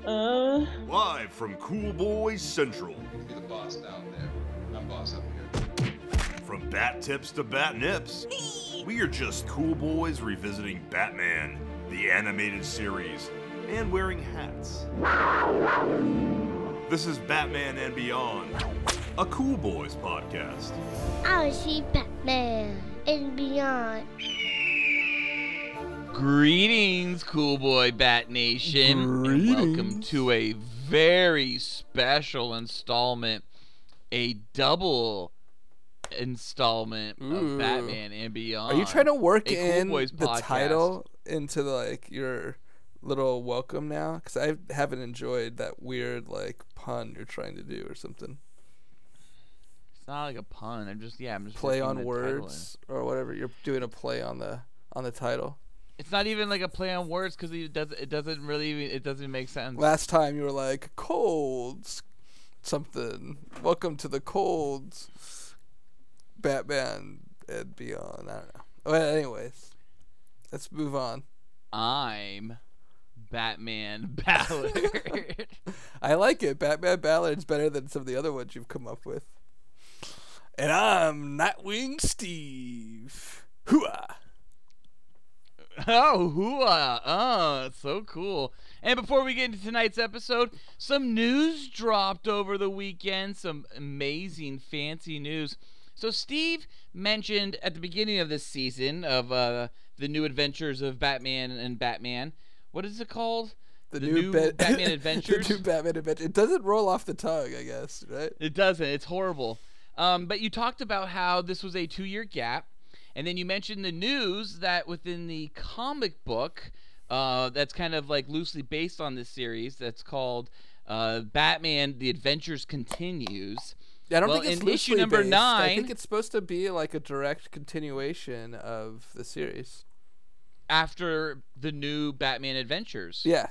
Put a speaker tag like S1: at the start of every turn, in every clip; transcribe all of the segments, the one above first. S1: Hello.
S2: Live from Cool Boys Central.
S3: You're the boss down there. I'm boss up here.
S2: From bat tips to bat nips, we are just cool boys revisiting Batman, the animated series, and wearing hats. This is Batman and Beyond, a Cool Boys podcast.
S1: I see Batman and beyond.
S4: Greetings, cool boy Bat Nation. and welcome to a very special installment, a double installment
S5: Ooh.
S4: of Batman and Beyond.
S5: Are you trying to work
S4: a Cool
S5: in
S4: Boys
S5: the
S4: podcast.
S5: title into the, like your little welcome now? Because I haven't enjoyed that weird like pun you're trying to do or something.
S4: It's not like a pun. I'm just yeah. I'm just
S5: Play
S4: working
S5: on
S4: the title in.
S5: words or whatever. You're doing a play on the on the title.
S4: It's not even like a play on words because it does. It doesn't really. even- It doesn't make sense.
S5: Last time you were like colds something. Welcome to the colds. Batman and beyond. I don't know. Well, anyways, let's move on.
S4: I'm Batman Ballard.
S5: I like it. Batman Ballard's better than some of the other ones you've come up with. And I'm Nightwing Steve. Hooah!
S4: Oh, hooah. Oh, it's so cool. And before we get into tonight's episode, some news dropped over the weekend. Some amazing, fancy news. So, Steve mentioned at the beginning of this season of uh, the new adventures of Batman and Batman. What is it called? The new
S5: Bat-
S4: Batman Adventures?
S5: the new Batman Adventures. It doesn't roll off the tongue, I guess, right?
S4: It doesn't. It's horrible. Um, but you talked about how this was a two year gap. And then you mentioned the news that within the comic book uh, that's kind of like loosely based on this series that's called uh, Batman The Adventures Continues.
S5: I don't
S4: Well,
S5: think it's
S4: in issue
S5: loosely
S4: number
S5: based. I
S4: nine-
S5: think it's supposed to be like a direct continuation of the series.
S4: After the new Batman Adventures.
S5: Yeah.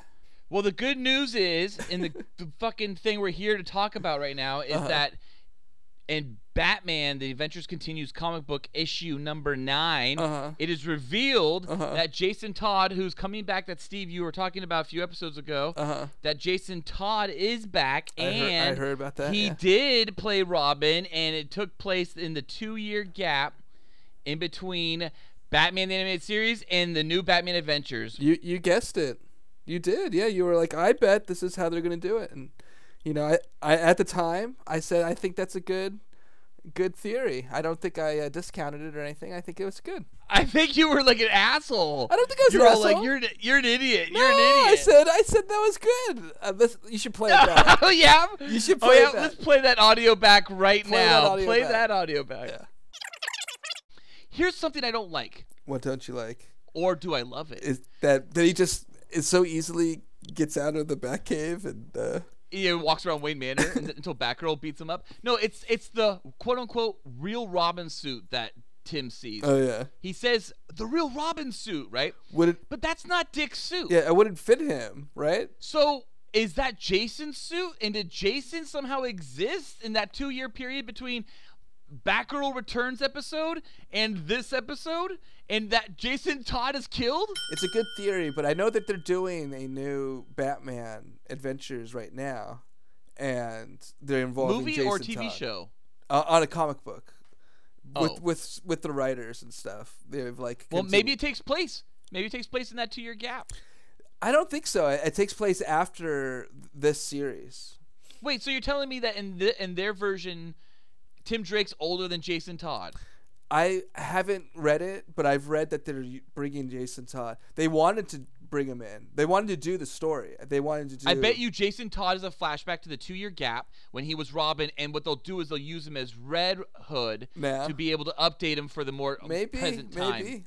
S4: Well, the good news is, and the, the fucking thing we're here to talk about right now is
S5: Uh-huh.
S4: that in Batman, The Adventures Continues comic book issue number 9
S5: Uh-huh.
S4: it is revealed
S5: Uh-huh.
S4: that Jason Todd, who's coming back, that Steve you were talking about a few episodes ago,
S5: Uh huh.
S4: that Jason Todd is back
S5: I heard- I
S4: and
S5: heard about that,
S4: He
S5: yeah.
S4: did play Robin, and it took place in the two-year gap in between Batman the Animated Series and the new Batman Adventures.
S5: You you guessed it. You did. Yeah, you were like, I bet this is how they're gonna do it. And you know, I, I at the time I said I think that's a good good theory. I don't think I uh, discounted it or anything. I think it was good.
S4: I think you were like an asshole.
S5: I don't think I was
S4: you
S5: an
S4: were
S5: asshole.
S4: like you're an, you're an idiot.
S5: No,
S4: you're an idiot.
S5: I said I said that was good. Uh, this, you should play it back.
S4: oh yeah.
S5: You should
S4: oh
S5: play
S4: yeah.
S5: it back.
S4: Let's play that audio back right
S5: Play that
S4: now.
S5: audio
S4: play
S5: back.
S4: that audio back.
S5: Yeah.
S4: Here's something I don't like,
S5: What don't you like?
S4: or do I love it?
S5: Is that that he just is so easily gets out of the back cave and uh,
S4: He walks around Wayne Manor and- until Batgirl beats him up. No, it's it's the quote unquote real Robin suit that Tim sees.
S5: oh yeah.
S4: he says the real Robin suit, right?
S5: Would it
S4: But that's not Dick's suit.
S5: yeah, it wouldn't fit him, right?
S4: So is that Jason's suit? And did Jason somehow exist in that two year period between Batgirl Returns episode and this episode? And that Jason Todd is killed?
S5: It's a good theory, but I know that they're doing a new Batman Adventures right now, and they're involving
S4: Movie
S5: Jason
S4: or TV
S5: Todd.
S4: show?
S5: uh, on a comic book
S4: Oh.
S5: with with with the writers and stuff. They've like
S4: Well, maybe
S5: continu-
S4: it takes place. Maybe it takes place in that two year gap.
S5: I don't think so. It, it takes place after this series.
S4: Wait, so you're telling me that in the, in their version, Tim Drake's older than Jason Todd?
S5: I haven't read it, but I've read that they're u- bringing Jason Todd. They wanted to bring him in. They wanted to do the story. They wanted to do.
S4: I bet you Jason Todd is a flashback to the two year gap when he was Robin, and what they'll do is they'll use him as Red Hood
S5: Nah.
S4: to be able to update him for the more
S5: maybe
S4: present time.
S5: maybe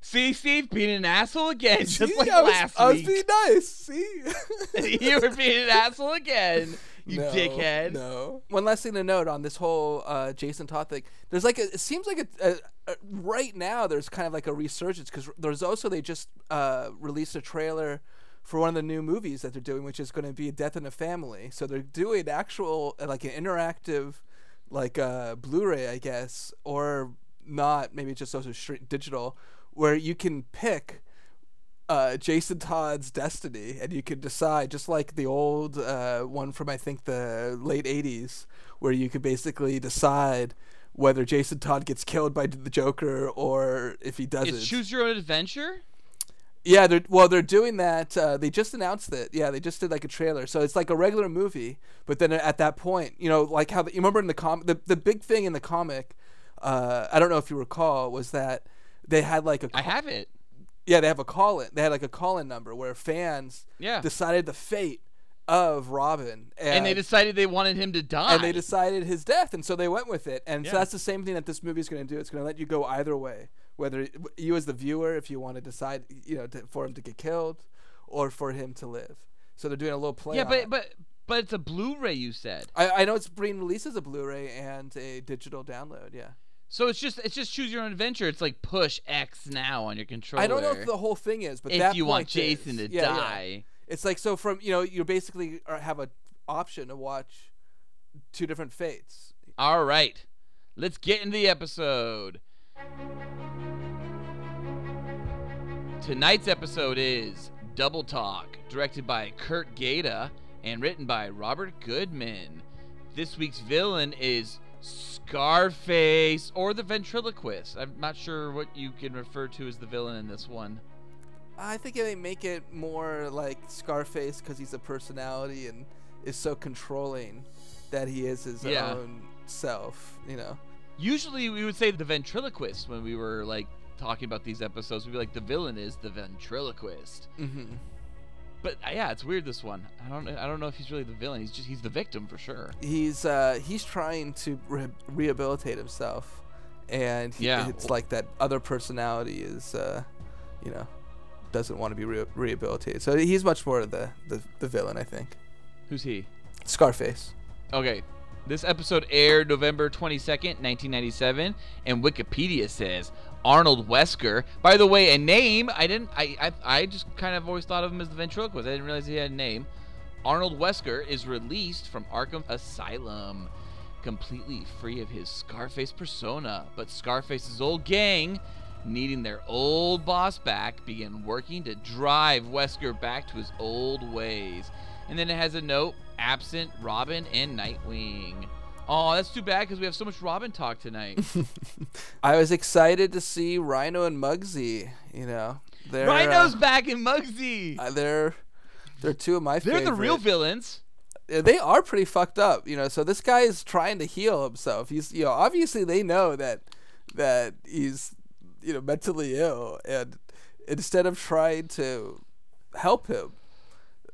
S4: See, Steve being an asshole again, just
S5: See,
S4: like
S5: I was,
S4: last
S5: I was
S4: week.
S5: being nice. See.
S4: you were being an asshole again, you
S5: No,
S4: dickhead.
S5: No. One last thing to note on this whole uh, Jason Todd thing. There's like a, it seems like a, a, a right now there's kind of like a resurgence because there's also they just uh, released a trailer for one of the new movies that they're doing, which is going to be Death in the Family. So they're doing actual uh, like an interactive like uh, Blu-ray, I guess, or not maybe just also straight digital, where you can pick uh, Jason Todd's Destiny, and you could decide, just like the old uh, one from I think the late '80s, where you could basically decide whether Jason Todd gets killed by the Joker or if he doesn't.
S4: It's choose your own adventure.
S5: Yeah, they're well, they're doing that. Uh, they just announced it. Yeah, they just did like a trailer, so it's like a regular movie. But then at that point, you know, like how the, you remember in the comic, the, the big thing in the comic, uh, I don't know if you recall, was that they had like a
S4: I have it.
S5: yeah, they have a call in. They had like a call in number where fans
S4: Yeah.
S5: decided the fate of Robin, and,
S4: And they decided they wanted him to die.
S5: and they decided his death, and so they went with it. And so
S4: Yeah.
S5: that's the same thing that this movie is going to do. It's going to let you go either way, whether you as the viewer, if you want to decide, you know, to, for him to get killed, or for him to live. So they're doing a little play.
S4: yeah,
S5: on it.
S4: but but but it's a Blu-ray. You said.
S5: I, I know it's being released as a Blu-ray and a digital download. Yeah,
S4: So it's just it's just choose your own adventure. It's like push X now on your controller.
S5: I don't know if the whole thing is, but
S4: if
S5: that
S4: you want
S5: point
S4: Jason
S5: is-
S4: to
S5: yeah, yeah.
S4: die.
S5: It's like so from you know you basically are, have a option to watch two different fates.
S4: All right, let's get into the episode. Tonight's episode is Double Talk, directed by Kurt Gaeta and written by Robert Goodman. This week's villain is Scarface or the ventriloquist. I'm not sure what you can refer to as the villain in this one.
S5: I think it may make it more like Scarface because he's a personality and is so controlling that he is his
S4: Yeah.
S5: own self. You know,
S4: Usually we would say the ventriloquist when we were like talking about these episodes. We'd be like, the villain is the ventriloquist.
S5: mm-hmm.
S4: But uh, yeah, it's weird this one. I don't I don't know if he's really the villain. He's just he's the victim for sure.
S5: he's uh, he's trying to re- rehabilitate himself, and he,
S4: Yeah.
S5: it's like that other personality is, uh, you know, doesn't want to be re- rehabilitated. So he's much more the, the the villain, I think.
S4: Who's he?
S5: Scarface.
S4: Okay. This episode aired November 22nd, 1997, and Wikipedia says Arnold Wesker. By the way, a name I didn't I I, I just kind of always thought of him as the ventriloquist. I didn't realize he had a name. Arnold Wesker is released from Arkham Asylum, completely free of his Scarface persona. But Scarface's old gang, needing their old boss back, begin working to drive Wesker back to his old ways. And then it has a note absent Robin and Nightwing. Oh, that's too bad because we have so much Robin talk tonight.
S5: I was excited to see Rhino and Muggsy. You know, they're uh,
S4: Rhino's back in Muggsy.
S5: Uh, they're they're two of my
S4: They're the real
S5: favorite-
S4: villains.
S5: Uh, they are pretty fucked up, you know. So this guy is trying to heal himself. He's you know obviously they know that that he's you know mentally ill, and instead of trying to help him,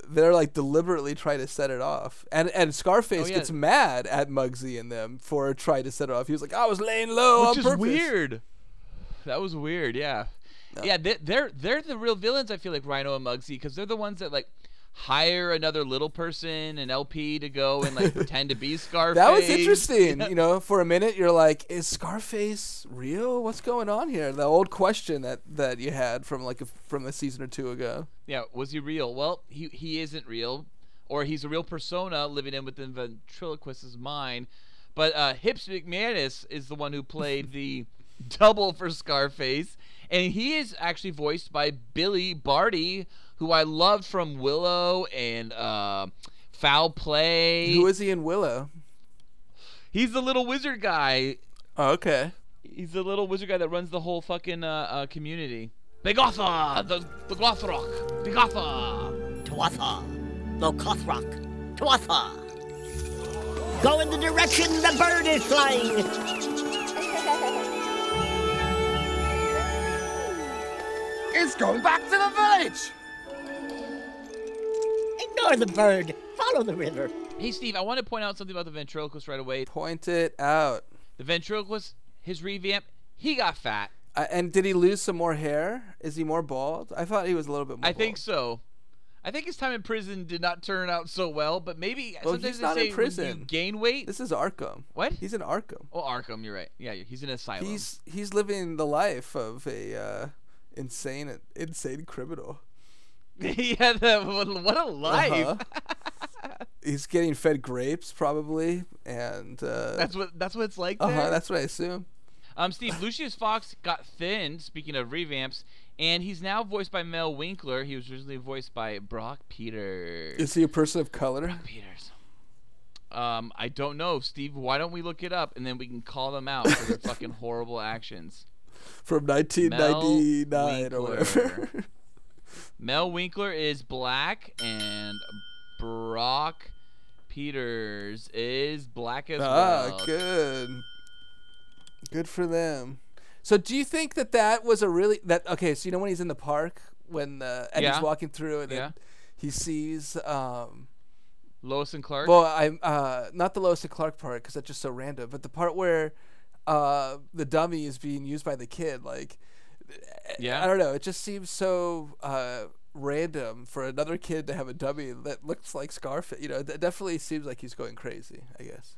S5: they're like deliberately trying to set it off. And and Scarface
S4: Oh, yeah.
S5: gets mad at Muggsy and them for trying to set it off. He was like, I was laying low on
S4: which is
S5: purpose."
S4: weird. That was weird. Yeah, yeah. They, they're they're the real villains. I feel like Rhino and Muggsy because they're the ones that like hire another little person, an LP, to go and like pretend to be Scarface.
S5: That was interesting. You know, for a minute you're like, is Scarface real? What's going on here? The old question that that you had from like a, from a season or two ago.
S4: Yeah, was he real? Well, he he isn't real, or he's a real persona living in within ventriloquist's mind. But uh, Hips McManus is the one who played the double for Scarface, and he is actually voiced by Billy Barty, who I loved from Willow and uh, Foul Play.
S5: Who is he in Willow?
S4: He's the little wizard guy.
S5: Oh, okay.
S4: He's the little wizard guy that runs the whole fucking uh, uh, community. Begotha, the the Gothrock, Begotha.
S6: Tuatha. Lokothrock. Tuatha. Go in the direction the bird is flying.
S7: It's going back to the village!
S6: Ignore the bird. Follow the river.
S4: Hey, Steve, I want to point out something about the ventriloquist right away.
S5: Point it out.
S4: The ventriloquist, his revamp, he got fat.
S5: Uh, and did he lose some more hair? Is he more bald? I thought he was a little bit more.
S4: I think
S5: bald.
S4: so. I think his time in prison did not turn out so well, but maybe
S5: Well,
S4: sometimes
S5: he's
S4: they
S5: not in
S4: say when
S5: prison.
S4: you gain weight.
S5: This is Arkham.
S4: what?
S5: He's in Arkham.
S4: oh, Arkham, you're right. Yeah, he's in asylum.
S5: He's he's living the life of a uh, insane insane criminal.
S4: yeah, the, what
S5: Uh-huh.
S4: a life.
S5: He's getting fed grapes probably, and uh,
S4: That's what that's what it's like.
S5: uh
S4: there?
S5: that's what I assume.
S4: Um, Steve, Lucius Fox got thin, speaking of revamps, And he's now voiced by Mel Winkler. He was originally voiced by Brock Peters.
S5: Is he a person of color?
S4: Peters. Um, I don't know, Steve. Why don't we look it up and then we can call them out for their fucking horrible actions?
S5: From 1999
S4: Mel
S5: or whatever.
S4: Mel Winkler is black, and Brock Peters is black as
S5: ah,
S4: well.
S5: good. Good for them. So do you think that that was a really that okay? So you know when he's in the park when uh, Eddie's
S4: Yeah.
S5: walking through and then
S4: Yeah.
S5: he sees um
S4: Lois and Clark.
S5: well I'm uh not the Lois and Clark part because that's just so random, but the part where uh the dummy is being used by the kid like I
S4: yeah.
S5: don't know. It just seems so uh, random for another kid to have a dummy that looks like Scarface. You know, it definitely seems like he's going crazy. I guess.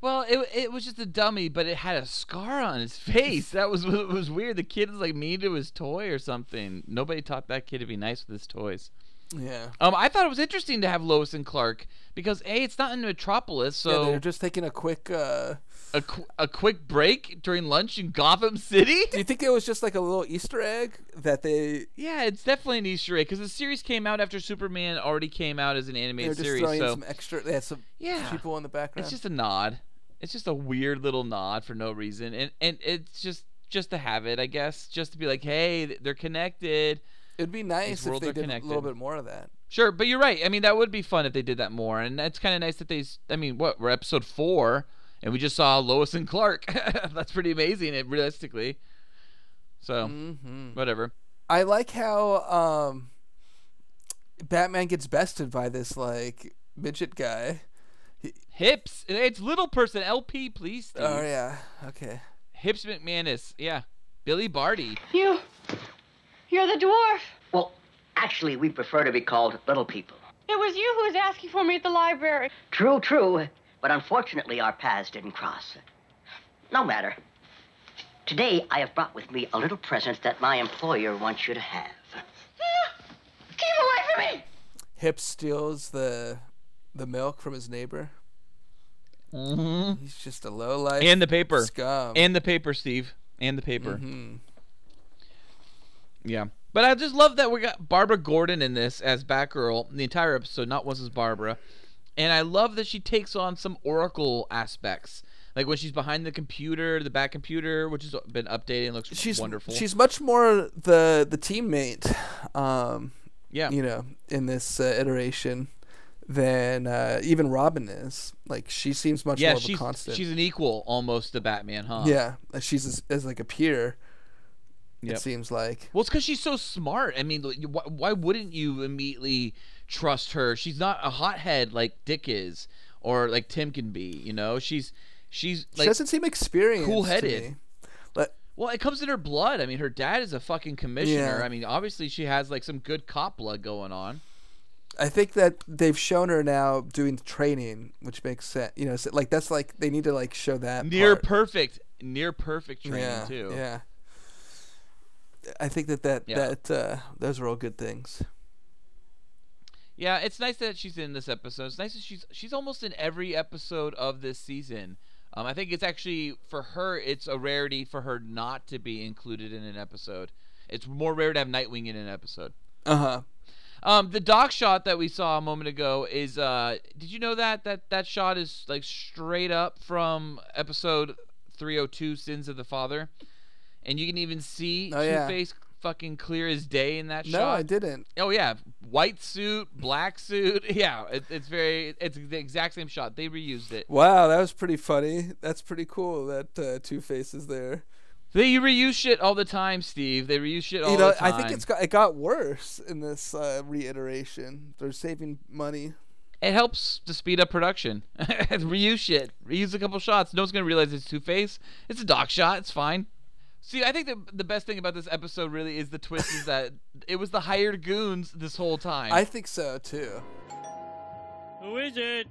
S4: Well, it, it was just a dummy, but it had a scar on his face. That was what was weird. The kid was like mean to his toy or something. Nobody taught that kid to be nice with his toys.
S5: Yeah.
S4: Um, I thought it was interesting to have Lois and Clark because a, it's not in Metropolis,
S5: yeah,
S4: so
S5: they're just taking a quick. Uh,
S4: a, qu- a quick break during lunch in Gotham City.
S5: do you think it was just like a little Easter egg that they
S4: Yeah, it's definitely an Easter egg because the series came out after Superman already came out as an
S5: they were
S4: animated
S5: just
S4: series,
S5: throwing in
S4: so
S5: some extra? They had some
S4: Yeah.
S5: people in the background.
S4: it's just a nod. It's just a weird little nod for no reason, and and it's just just to have it, I guess, just to be like, hey, th- they're connected.
S5: It'd be nice if
S4: worlds
S5: they
S4: are
S5: did a little
S4: connected.
S5: bit more of that.
S4: Sure, but you're right. I mean, that would be fun if they did that more, and it's kind of nice that they. s- I mean, what we're episode four, and we just saw Lois and Clark. That's pretty amazing, it, realistically. So, whatever.
S5: I like how um, Batman gets bested by this like midget guy.
S4: Hips. It's little person. LP, please. Steve.
S5: Oh yeah. Okay.
S4: Hips McManus. Yeah. Billy Barty.
S8: You. You're the dwarf.
S6: Well, actually, we prefer to be called little people.
S8: It was you who was asking for me at the library.
S6: True, true. But unfortunately, our paths didn't cross. No matter. Today, I have brought with me a little present that my employer wants you to have.
S8: Keep away from me!
S5: Hip steals the the milk from his neighbor. Mm-hmm. He's just a low life
S4: And the paper.
S5: scum.
S4: And the paper, Steve. And the paper.
S5: Mm-hmm.
S4: Yeah. But I just love that we got Barbara Gordon in this as Batgirl the entire episode, not once as Barbara. And I love that she takes on some Oracle aspects. Like when she's behind the computer, the back computer, which has been updated and looks
S5: she's
S4: wonderful.
S5: She's much more the the teammate, um,
S4: yeah.
S5: you know, in this uh, iteration than uh, even Robin is. Like she seems much
S4: yeah,
S5: more of a
S4: she's,
S5: constant.
S4: she's an equal almost to Batman, huh?
S5: yeah, like, she's as, as like a peer. It
S4: Yep.
S5: seems like
S4: Well, it's because she's so smart. I mean, like, why, why wouldn't you immediately trust her? She's not a hothead like Dick is, or like Tim can be. You know, she's she's
S5: she
S4: like
S5: doesn't seem experienced. to
S4: cool-headed.
S5: me. Like,
S4: well, it comes in her blood. I mean, her dad is a fucking commissioner.
S5: Yeah.
S4: I mean, obviously she has like some good cop blood going on.
S5: I think that they've shown her now doing training, which makes sense. You know, so, like that's like they need to like show that
S4: Near
S5: part.
S4: perfect, near perfect training
S5: yeah,
S4: too.
S5: Yeah, I think that that
S4: Yeah.
S5: that uh, those are all good things.
S4: Yeah, it's nice that she's in this episode. It's nice that she's she's almost in every episode of this season. Um, I think it's actually for her. It's a rarity for her not to be included in an episode. It's more rare to have Nightwing in an episode.
S5: Uh huh.
S4: Um, the dock shot that we saw a moment ago is. Uh, did you know that that that shot is like straight up from episode 302, Sins of the Father, and you can even see
S5: Oh, yeah.
S4: Two-Face fucking clear as day in that
S5: No,
S4: shot.
S5: I didn't.
S4: Oh yeah, white suit, black suit. Yeah, it, it's very. It's the exact same shot. They reused it.
S5: Wow, that was pretty funny. That's pretty cool that uh, Two Face is there.
S4: They reuse shit all the time, Steve. They reuse shit all
S5: you know,
S4: the time.
S5: I think it's got it got worse in this uh, reiteration. They're saving money.
S4: it helps to speed up production. reuse shit. Reuse a couple shots. No one's gonna realize it's Two Face. It's a doc shot. It's fine. See, I think the the best thing about this episode really is the twist is that it was the hired goons this whole time.
S5: I think so too.
S9: Who is it?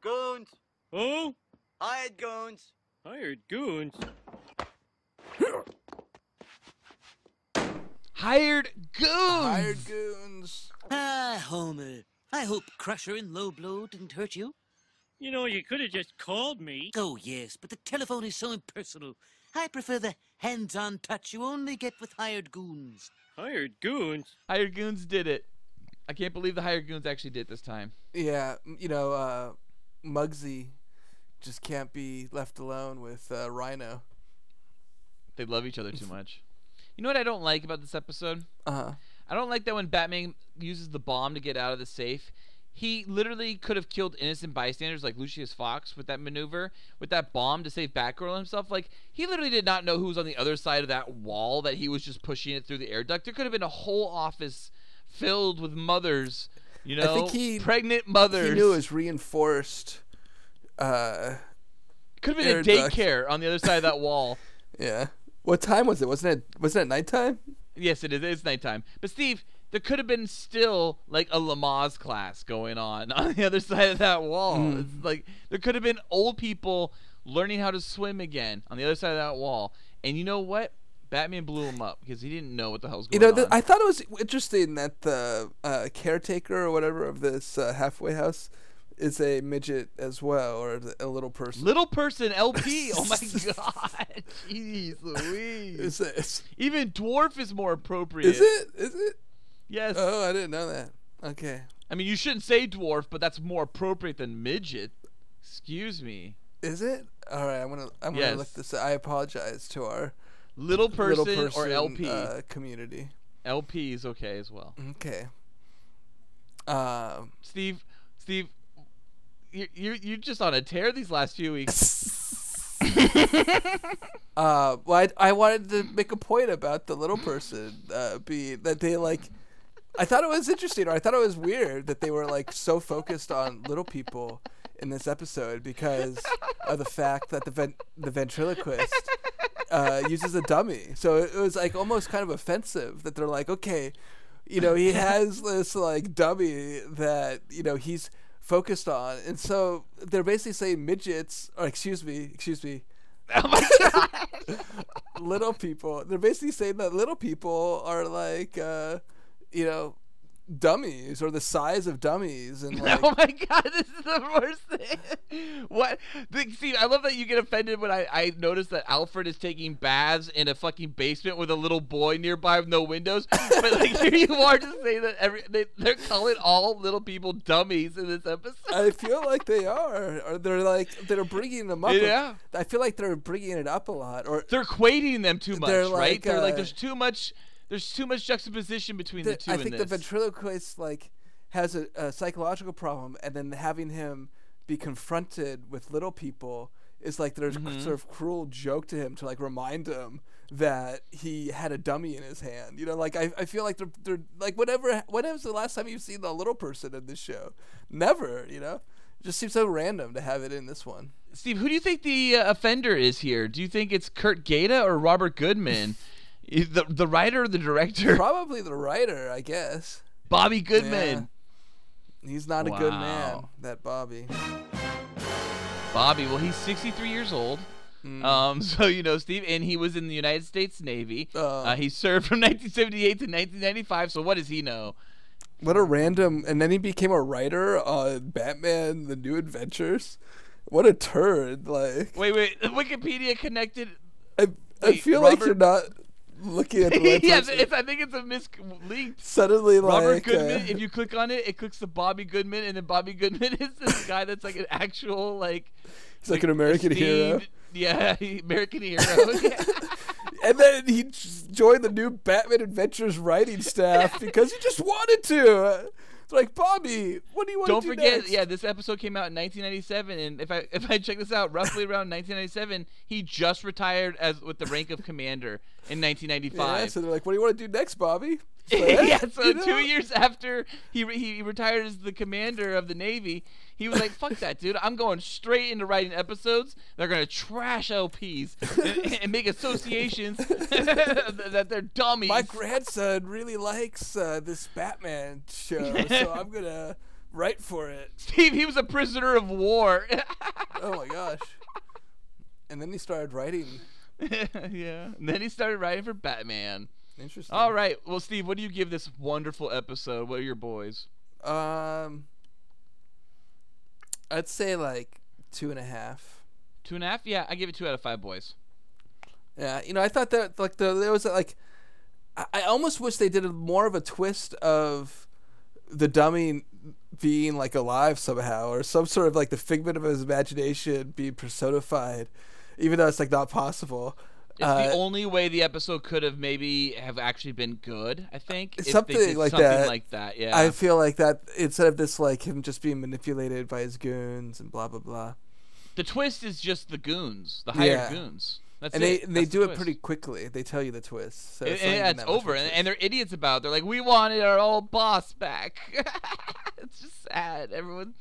S10: Goons.
S9: Who?
S10: Hired goons.
S9: Hired goons.
S4: hired goons.
S5: Hired goons.
S10: Ah, Homer. I hope Crusher and Low Blow didn't hurt you.
S9: You know, you could have just called me.
S10: Oh, yes, but the telephone is so impersonal. I prefer the hands on touch you only get with hired goons.
S9: Hired goons?
S4: Hired goons did it. I can't believe the hired goons actually did it this time.
S5: Yeah, m- you know, uh, Muggsy just can't be left alone with uh, Rhino.
S4: They love each other too much. You know what I don't like about this episode?
S5: Uh huh.
S4: I don't like that when Batman uses the bomb to get out of the safe. He literally could have killed innocent bystanders like Lucius Fox with that maneuver, with that bomb to save Batgirl and himself. Like, he literally did not know who was on the other side of that wall that he was just pushing it through the air duct. There could have been a whole office filled with mothers, you know,
S5: think he-
S4: pregnant mothers.
S5: He knew it was reinforced. Uh,
S4: could have been
S5: air
S4: a
S5: duct.
S4: daycare on the other side of that wall.
S5: yeah. What time was it? Wasn't it? Wasn't it nighttime?
S4: Yes, it is. It's nighttime. But Steve, there could have been still like a Lamaze class going on on the other side of that wall.
S5: Hmm.
S4: It's like there could have been old people learning how to swim again on the other side of that wall. And you know what? Batman blew him up because he didn't know what the hell's
S5: You
S4: going
S5: know, th-
S4: on.
S5: I thought it was interesting that the uh, caretaker or whatever of this uh, halfway house is a midget as well, or th- a little person.
S4: Little person LP. oh my god. Jeez Louise.
S5: is this?
S4: Even dwarf is more appropriate.
S5: Is it? Is it?
S4: Yes.
S5: Oh, I didn't know that. Okay.
S4: I mean, you shouldn't say dwarf, but that's more appropriate than midget. Excuse me.
S5: Is it? All right. I'm gonna. I'm gonna look
S4: Yes.
S5: this. I apologize to our
S4: Little person,
S5: little person
S4: or LP.
S5: uh, community.
S4: LP is okay as well.
S5: Okay. Um.
S4: Steve, Steve, you you you're just on a tear these last few weeks.
S5: Uh. Well, I, I wanted to make a point about the little person. Uh. Be that they like. I thought it was interesting, or I thought it was weird that they were like so focused on little people in this episode because of the fact that the ven- the ventriloquist uh, uses a dummy. So it was like almost kind of offensive that they're like, okay, you know, he has this like dummy that you know he's focused on, and so they're basically saying midgets, or excuse me, excuse me,
S4: Oh
S5: little people. They're basically saying that little people are like, uh, you know, dummies or the size of dummies, and like,
S4: oh my god, this is the worst thing. What, the, Steve? I love that you get offended when I I notice that Alfred is taking baths in a fucking basement with a little boy nearby with no windows. But like here you are just saying that every they, they're calling all little people dummies in this episode.
S5: I feel like they are, or they're like they're bringing them up. a-
S4: Yeah.
S5: I feel like they're bringing it up a lot, or
S4: they're equating them too much,
S5: They're
S4: right?
S5: like,
S4: they're
S5: uh,
S4: like there's too much. There's too much juxtaposition between the,
S5: the-
S4: two
S5: I
S4: in
S5: think
S4: this.
S5: the ventriloquist like has a, a psychological problem, and then having him be confronted with little people is like there's
S4: Mm-hmm.
S5: sort of cruel joke to him to like remind him that he had a dummy in his hand. You know, like I, I feel like they're, they're like whatever. When was the last time you've seen the little person in this show? Never. You know, just seems so random to have it in this one.
S4: Steve, who do you think the uh, offender is here? Do you think it's Kurt Gaeta or Robert Goodman? Is the the writer or the director?
S5: Probably the writer, I guess.
S4: Bobby Goodman.
S5: He's not a good man,
S4: Wow.
S5: that Bobby.
S4: Bobby, well he's 63 years old. Um, so you know, Steve, and he was in the United States Navy.
S5: Oh.
S4: Uh, he served from 1978 to 1995. So what does he know?
S5: What a random! And then he became a writer on Batman: The New Adventures. What a turd! Like
S4: Wait, wait. Wikipedia connected.
S5: I, I
S4: wait,
S5: feel like
S4: Robert-
S5: you're not looking at the right
S4: yeah,
S5: person.
S4: it's, I think it's a mislinked.
S5: Suddenly,
S4: Robert
S5: like
S4: Goodman.
S5: uh,
S4: if you click on it, it clicks to Bobby Goodman, and then Bobby Goodman is this guy that's like an actual like.
S5: he's like an American hero.
S4: esteemed- Yeah, American hero. yeah.
S5: And then he j- joined the new Batman Adventures writing staff because he just wanted to. It's like Bobby, what do you want
S4: Don't
S5: to do
S4: forget,
S5: next?
S4: yeah, this episode came out in 1997, and if I if I check this out, roughly around 1997, he just retired as with the rank of commander in
S5: Yeah,
S4: 1995.
S5: so they're like, what do you want to do next, Bobby? It's like,
S4: Yeah,
S5: eh,
S4: so
S5: you
S4: two
S5: know?
S4: years after he re- he retired as the commander of the Navy, he was like, "Fuck that, dude! I'm going straight into writing episodes. They're gonna trash LPs and, and make associations that they're dummies."
S5: my grandson really likes uh, this Batman show, so I'm gonna write for it.
S4: Steve, he was a prisoner of war.
S5: Oh my gosh! And then he started writing.
S4: yeah. And then he started writing for Batman.
S5: Interesting.
S4: All right. Well, Steve, what do you give this wonderful episode? What are your boys?
S5: Um, I'd say like two and a half.
S4: Two and a half? Yeah, I give it two out of five boys.
S5: Yeah, you know, I thought that like the there was like I, I almost wish they did a, more of a twist of the dummy being like alive somehow, or some sort of like the figment of his imagination being personified, even though it's like not possible.
S4: It's
S5: Uh,
S4: the only way the episode could have maybe have actually been good. I think if they
S5: something
S4: did
S5: like
S4: something
S5: that.
S4: like that. Yeah.
S5: I feel like that instead of this like him just being manipulated by his goons and blah blah blah.
S4: the twist is just the goons, the hired
S5: Yeah.
S4: goons. That's
S5: and they
S4: it.
S5: and they
S4: That's the
S5: do it
S4: twist.
S5: pretty quickly. They tell you the twist. So
S4: And-
S5: it's,
S4: and
S5: not
S4: yeah,
S5: even
S4: it's
S5: that much of a
S4: over, and,
S5: twist.
S4: and they're idiots about. it. They're like, "We wanted our old boss back." it's just sad. Everyone,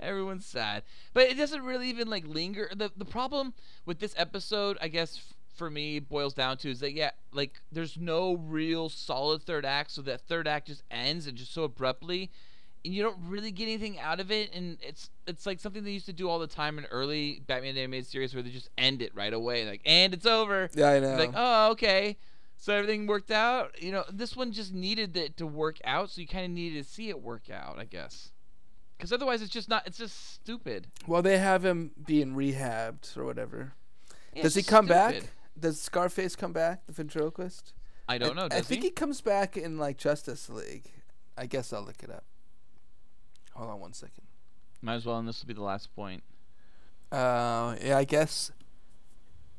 S4: everyone's sad, but it doesn't really even like linger. the The problem with this episode, I guess, f- for me, boils down to is that yeah, like there's no real solid third act, so that third act just ends and just so abruptly, and you don't really get anything out of it. And it's it's like something they used to do all the time in early Batman the animated series, where they just end it right away, like, and it's over.
S5: yeah, I know.
S4: It's like, oh, okay. So everything worked out. You know, this one just needed it to work out, so you kind of needed to see it work out, I guess. Because otherwise, it's just not. It's just stupid.
S5: Well, they have him being rehabbed or whatever.
S4: Yeah,
S5: Does he
S4: it's just
S5: come back?
S4: stupid.
S5: Does Scarface come back? The ventriloquist?
S4: I don't know. Does
S5: I think he? comes back in like Justice League. I guess I'll look it up. Hold on one second.
S4: Might as well, and this will be the last point.
S5: Uh, yeah, I guess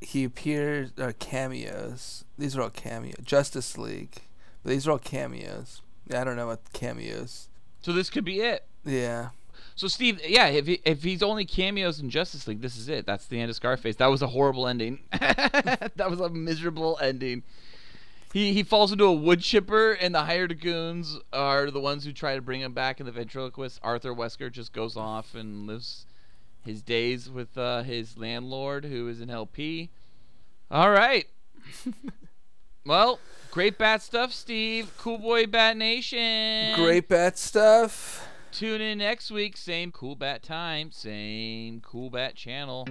S5: he appears or cameos. These are all cameo. Justice League. But these are all cameos. Yeah, I don't know what cameos.
S4: So this could be it.
S5: Yeah.
S4: So Steve, yeah, if he, if he's only cameos in Justice League, this is it. That's the end of Scarface. That was a horrible ending. that was a miserable ending. He he falls into a wood chipper, and the hired goons are the ones who try to bring him back. And the ventriloquist Arthur Wesker just goes off and lives his days with uh, his landlord, who is an LP. All right. well, great bat stuff, Steve. Cool boy, Bat Nation.
S5: Great bat stuff.
S4: Tune in next week, same cool bat time, same cool bat channel.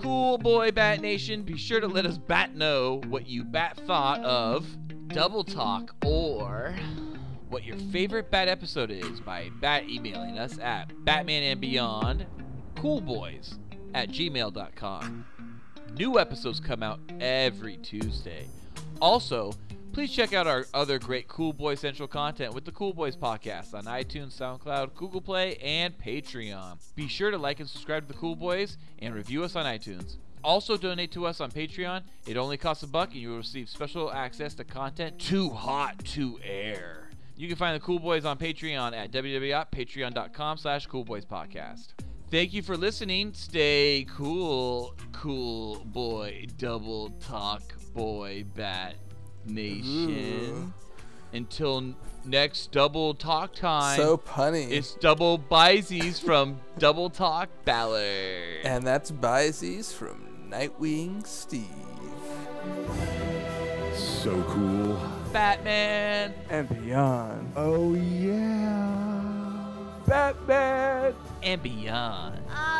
S4: Cool boy Bat Nation, be sure to let us bat know what you bat thought of Double Talk or what your favorite bat episode is by bat emailing us at Batman and Beyond Coolboys at gmail.com. New episodes come out every Tuesday. Also, please check out our other great Cool Boy Central content with the Cool Boys podcast on iTunes, SoundCloud, Google Play, and Patreon. Be sure to like and subscribe to the Cool Boys and review us on iTunes. Also, donate to us on Patreon. It only costs a buck, and you will receive special access to content too hot to air. You can find the Cool Boys on Patreon at www.patreon.com slash coolboyspodcast. Thank you for listening. Stay cool, cool boy, double talk boy, bat nation. Until n- next double talk time,
S5: So punny.
S4: it's double Bizees from Double Talk Ballard.
S5: and that's Biases from Nightwing Steve.
S2: So cool.
S4: Batman.
S5: and beyond.
S2: Oh, yeah.
S5: Batman!
S4: and beyond. Ah,